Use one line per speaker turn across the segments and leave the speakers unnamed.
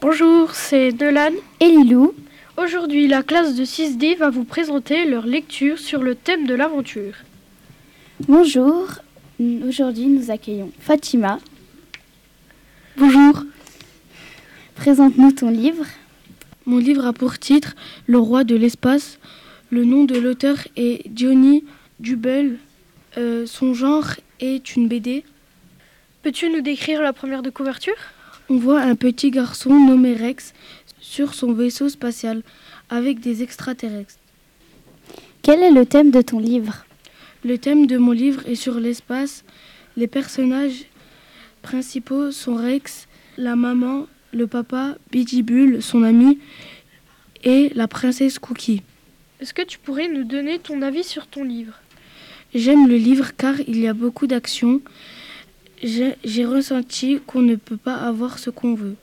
Bonjour, c'est Nolan.
et Lilou.
Aujourd'hui, la classe de 6D va vous présenter leur lecture sur le thème de l'aventure.
Bonjour, aujourd'hui nous accueillons Fatima.
Bonjour,
Présente-nous ton livre.
mon livre a pour titre Le roi de l'espace. Le nom de l'auteur est Johnny Dubel. Euh, son genre est une BD.
Peux-tu nous décrire la première de couverture
On voit un petit garçon nommé Rex sur son vaisseau spatial avec des extraterrestres.
Quel est le thème de ton livre
Le thème de mon livre est sur l'espace. Les personnages principaux sont Rex, la maman, le papa, Bidibule, son ami, et la princesse Cookie.
Est-ce que tu pourrais nous donner ton avis sur ton livre
J'aime le livre car il y a beaucoup d'action. J'ai j'ai ressenti qu'on ne peut pas avoir ce qu'on veut.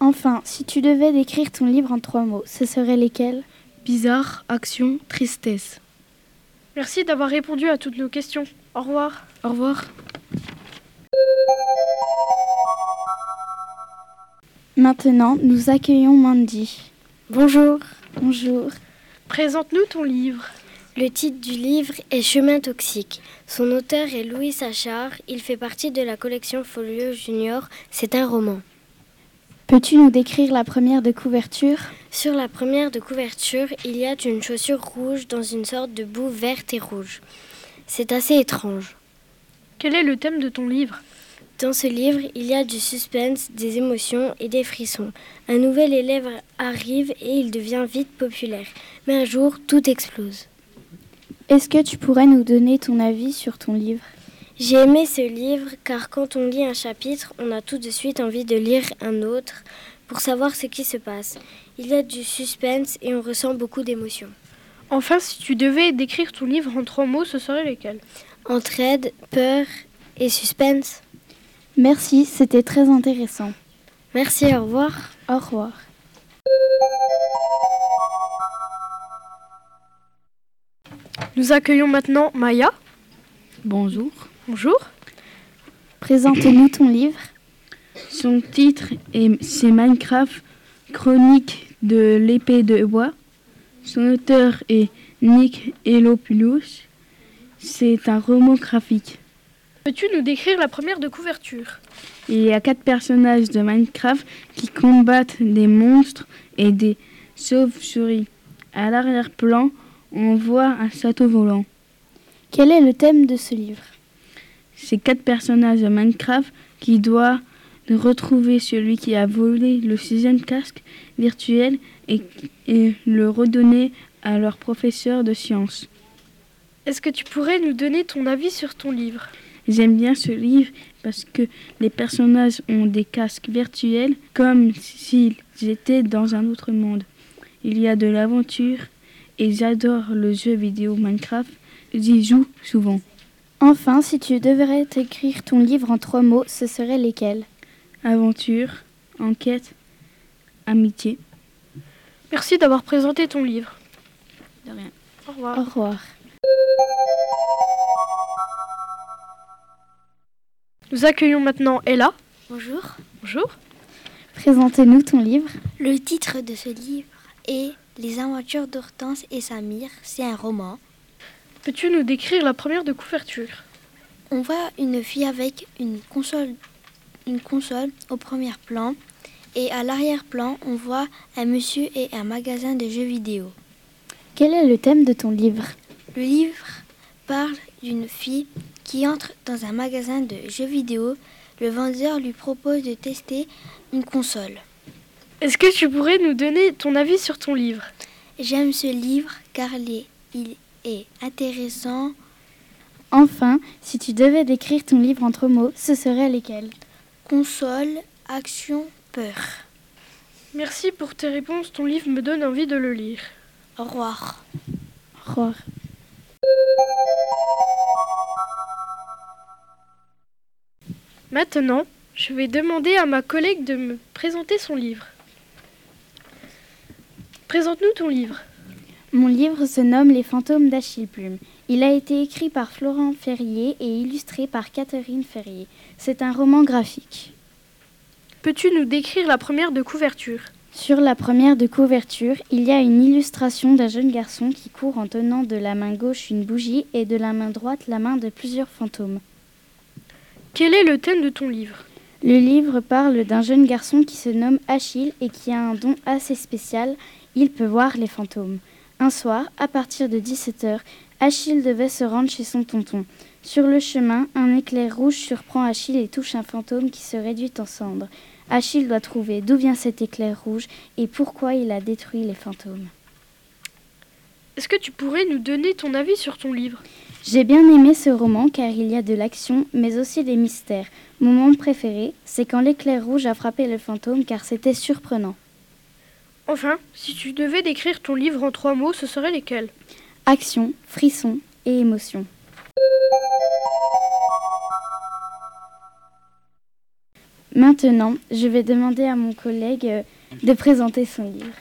Enfin, si tu devais décrire ton livre en trois mots, ce seraient lesquels
Bizarre, action, tristesse.
Merci d'avoir répondu à toutes nos questions. Au revoir.
Au revoir.
Maintenant, nous accueillons Mandy.
Bonjour.
Bonjour.
Présente-nous ton livre.
Le titre du livre est Chemin toxique. Son auteur est Louis Sachard. Il fait partie de la collection Folio Junior. C'est un roman.
Peux-tu nous décrire la première de couverture
Sur la première de couverture, il y a une chaussure rouge dans une sorte de boue verte et rouge. C'est assez étrange.
Quel est le thème de ton livre
Dans ce livre, il y a du suspense, des émotions et des frissons. Un nouvel élève arrive et il devient vite populaire. Mais un jour, tout explose.
Est-ce que tu pourrais nous donner ton avis sur ton livre
J'ai aimé ce livre car quand on lit un chapitre, on a tout de suite envie de lire un autre pour savoir ce qui se passe. Il y a du suspense et on ressent beaucoup d'émotions.
Enfin, si tu devais décrire ton livre en trois mots, ce seraient lesquels
Entraide, peur et suspense.
Merci, c'était très intéressant.
Merci, au revoir.
Au revoir.
Nous accueillons maintenant Maya.
Bonjour.
Bonjour.
Présente-nous ton livre.
Son titre est c'est Minecraft, chronique de l'épée de bois. Son auteur est Nick Elopoulos. C'est un roman graphique.
Peux-tu nous décrire la première de couverture
Il y a quatre personnages de Minecraft qui combattent des monstres et des sauve-souris. À l'arrière-plan, on voit un château volant.
Quel est le thème de ce livre
Ces quatre personnages de Minecraft qui doivent retrouver celui qui a volé le sixième casque virtuel et, et le redonner à leur professeur de sciences.
Est-ce que tu pourrais nous donner ton avis sur ton livre
J'aime bien ce livre parce que les personnages ont des casques virtuels comme s'ils étaient dans un autre monde. Il y a de l'aventure et j'adore le jeu vidéo Minecraft. J'y joue souvent.
Enfin, si tu devrais écrire ton livre en trois mots, ce seraient lesquels
Aventure, enquête, amitié.
Merci d'avoir présenté ton livre.
De rien.
Au revoir.
Au revoir.
Nous accueillons maintenant Ella.
Bonjour.
Bonjour.
Présentez-nous ton livre.
Le titre de ce livre est Les aventures d'Hortense et Samir. C'est un roman.
Peux-tu nous décrire la première de couverture
On voit une fille avec une console, une console au premier plan. Et à l'arrière-plan, on voit un monsieur et un magasin de jeux vidéo.
Quel est le thème de ton livre
Le livre parle d'une fille qui entre dans un magasin de jeux vidéo. Le vendeur lui propose de tester une console.
Est-ce que tu pourrais nous donner ton avis sur ton livre
J'aime ce livre car il est- il est intéressant
Enfin, si tu devais décrire ton livre en trois mots, ce seraient lesquels
Console, action, peur.
Merci pour tes réponses, ton livre me donne envie de le lire.
Au revoir.
Au revoir.
Maintenant, je vais demander à ma collègue de me présenter son livre. Présente-nous ton livre.
Mon livre se nomme Les fantômes d'Achille Plume. Il a été écrit par Florent Ferrier et illustré par Catherine Ferrier. C'est un roman graphique.
Peux-tu nous décrire la première de couverture
Sur la première de couverture, il y a une illustration d'un jeune garçon qui court en tenant de la main gauche une bougie et de la main droite la main de plusieurs fantômes.
Quel est le thème de ton livre
Le livre parle d'un jeune garçon qui se nomme Achille et qui a un don assez spécial, il peut voir les fantômes. Un soir, à partir de 17h, Achille devait se rendre chez son tonton. Sur le chemin, un éclair rouge surprend Achille et touche un fantôme qui se réduit en cendres. Achille doit trouver d'où vient cet éclair rouge et pourquoi il a détruit les fantômes.
Est-ce que tu pourrais nous donner ton avis sur ton livre
J'ai bien aimé ce roman car il y a de l'action mais aussi des mystères. Mon moment préféré, c'est quand l'éclair rouge a frappé le fantôme car c'était surprenant.
Enfin, si tu devais décrire ton livre en trois mots, ce seraient lesquels
Action, frisson et émotion. Maintenant, je vais demander à mon collègue euh, de présenter son livre.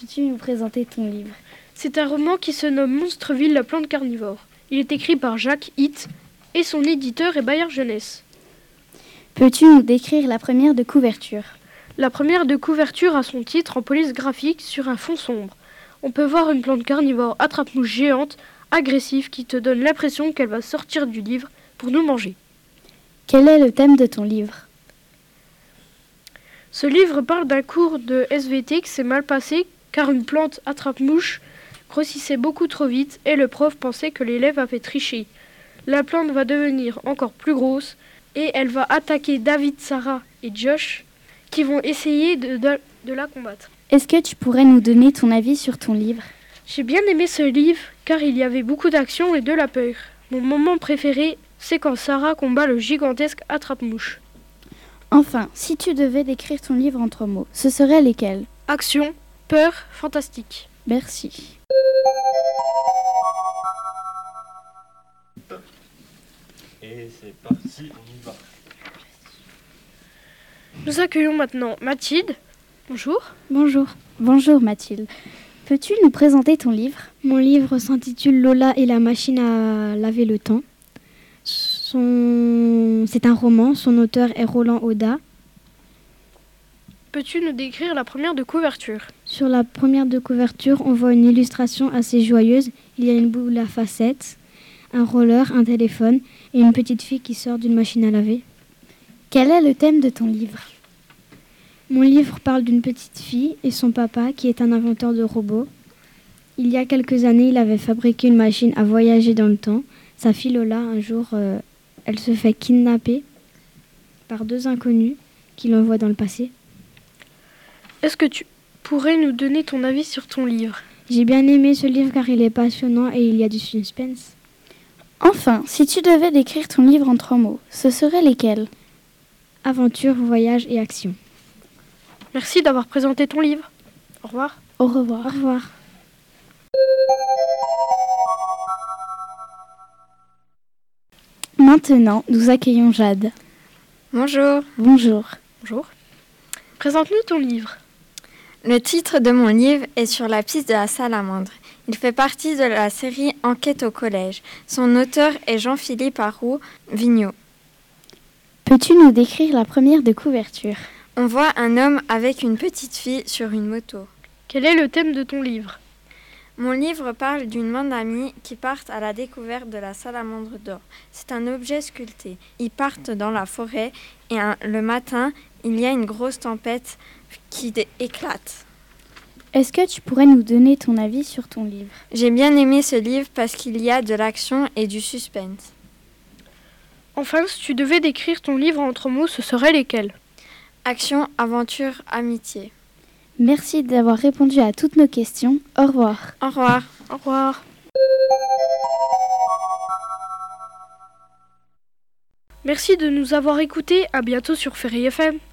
Peux-tu nous présenter ton livre
C'est un roman qui se nomme Monstreville, la plante carnivore. Il est écrit par Jacques Hitt et son éditeur est Bayard Jeunesse.
Peux-tu nous décrire la première de couverture
La première de couverture a son titre en police graphique sur un fond sombre. On peut voir une plante carnivore attrape-mouche géante, agressive, qui te donne l'impression qu'elle va sortir du livre pour nous manger.
Quel est le thème de ton livre
Ce livre parle d'un cours de SVT qui s'est mal passé car une plante attrape-mouche grossissait beaucoup trop vite et le prof pensait que l'élève avait triché. La plante va devenir encore plus grosse et elle va attaquer David, Sarah et Josh qui vont essayer de, de- de la combattre.
Est-ce que tu pourrais nous donner ton avis sur ton livre
J'ai bien aimé ce livre car il y avait beaucoup d'action et de la peur. Mon moment préféré, c'est quand Sarah combat le gigantesque attrape-mouche.
Enfin, si tu devais décrire ton livre en trois mots, ce seraient lesquels
Action, peur, fantastique.
Merci.
Et c'est parti, on y va.
Nous accueillons maintenant Mathilde. Bonjour.
Bonjour. Bonjour Mathilde. Peux-tu nous présenter ton livre
Mon livre s'intitule Lola et la machine à laver le temps. Son- C'est un roman, son auteur est Roland Oda.
Peux-tu nous décrire la première de couverture
Sur la première de couverture, on voit une illustration assez joyeuse. Il y a une boule à facettes, un roller, un téléphone et une petite fille qui sort d'une machine à laver.
Quel est le thème de ton livre
Mon livre parle d'une petite fille et son papa qui est un inventeur de robots. Il y a quelques années, il avait fabriqué une machine à voyager dans le temps. Sa fille Lola, un jour, euh, elle se fait kidnapper par deux inconnus qui l'envoient dans le passé.
Est-ce que tu pourrais nous donner ton avis sur ton livre
J'ai bien aimé ce livre car il est passionnant et il y a du suspense.
Enfin, si tu devais décrire ton livre en trois mots, ce seraient lesquels
Aventure, voyage et action.
Merci d'avoir présenté ton livre. Au revoir.
Au revoir.
Au revoir.
Maintenant, nous accueillons Jade.
Bonjour.
Bonjour.
Bonjour. Présente-nous ton livre.
Le titre de mon livre est Sur la piste de la salamandre. Il fait partie de la série Enquête au collège. Son auteur est Jean-Philippe Arroux Vigneault.
Peux-tu nous décrire la première de couverture
On voit un homme avec une petite fille sur une moto.
Quel est le thème de ton livre
Mon livre parle d'une main d'amis qui partent à la découverte de la salamandre d'or. C'est un objet sculpté. Ils partent dans la forêt et un- le matin, il y a une grosse tempête qui dé- éclate.
Est-ce que tu pourrais nous donner ton avis sur ton livre
J'ai bien aimé ce livre parce qu'il y a de l'action et du suspense.
Enfin, si tu devais décrire ton livre en trois mots, ce seraient lesquels
Action, aventure, amitié.
Merci d'avoir répondu à toutes nos questions. Au revoir.
Au revoir.
Au revoir. Merci de nous avoir écoutés. À bientôt sur Ferry FM.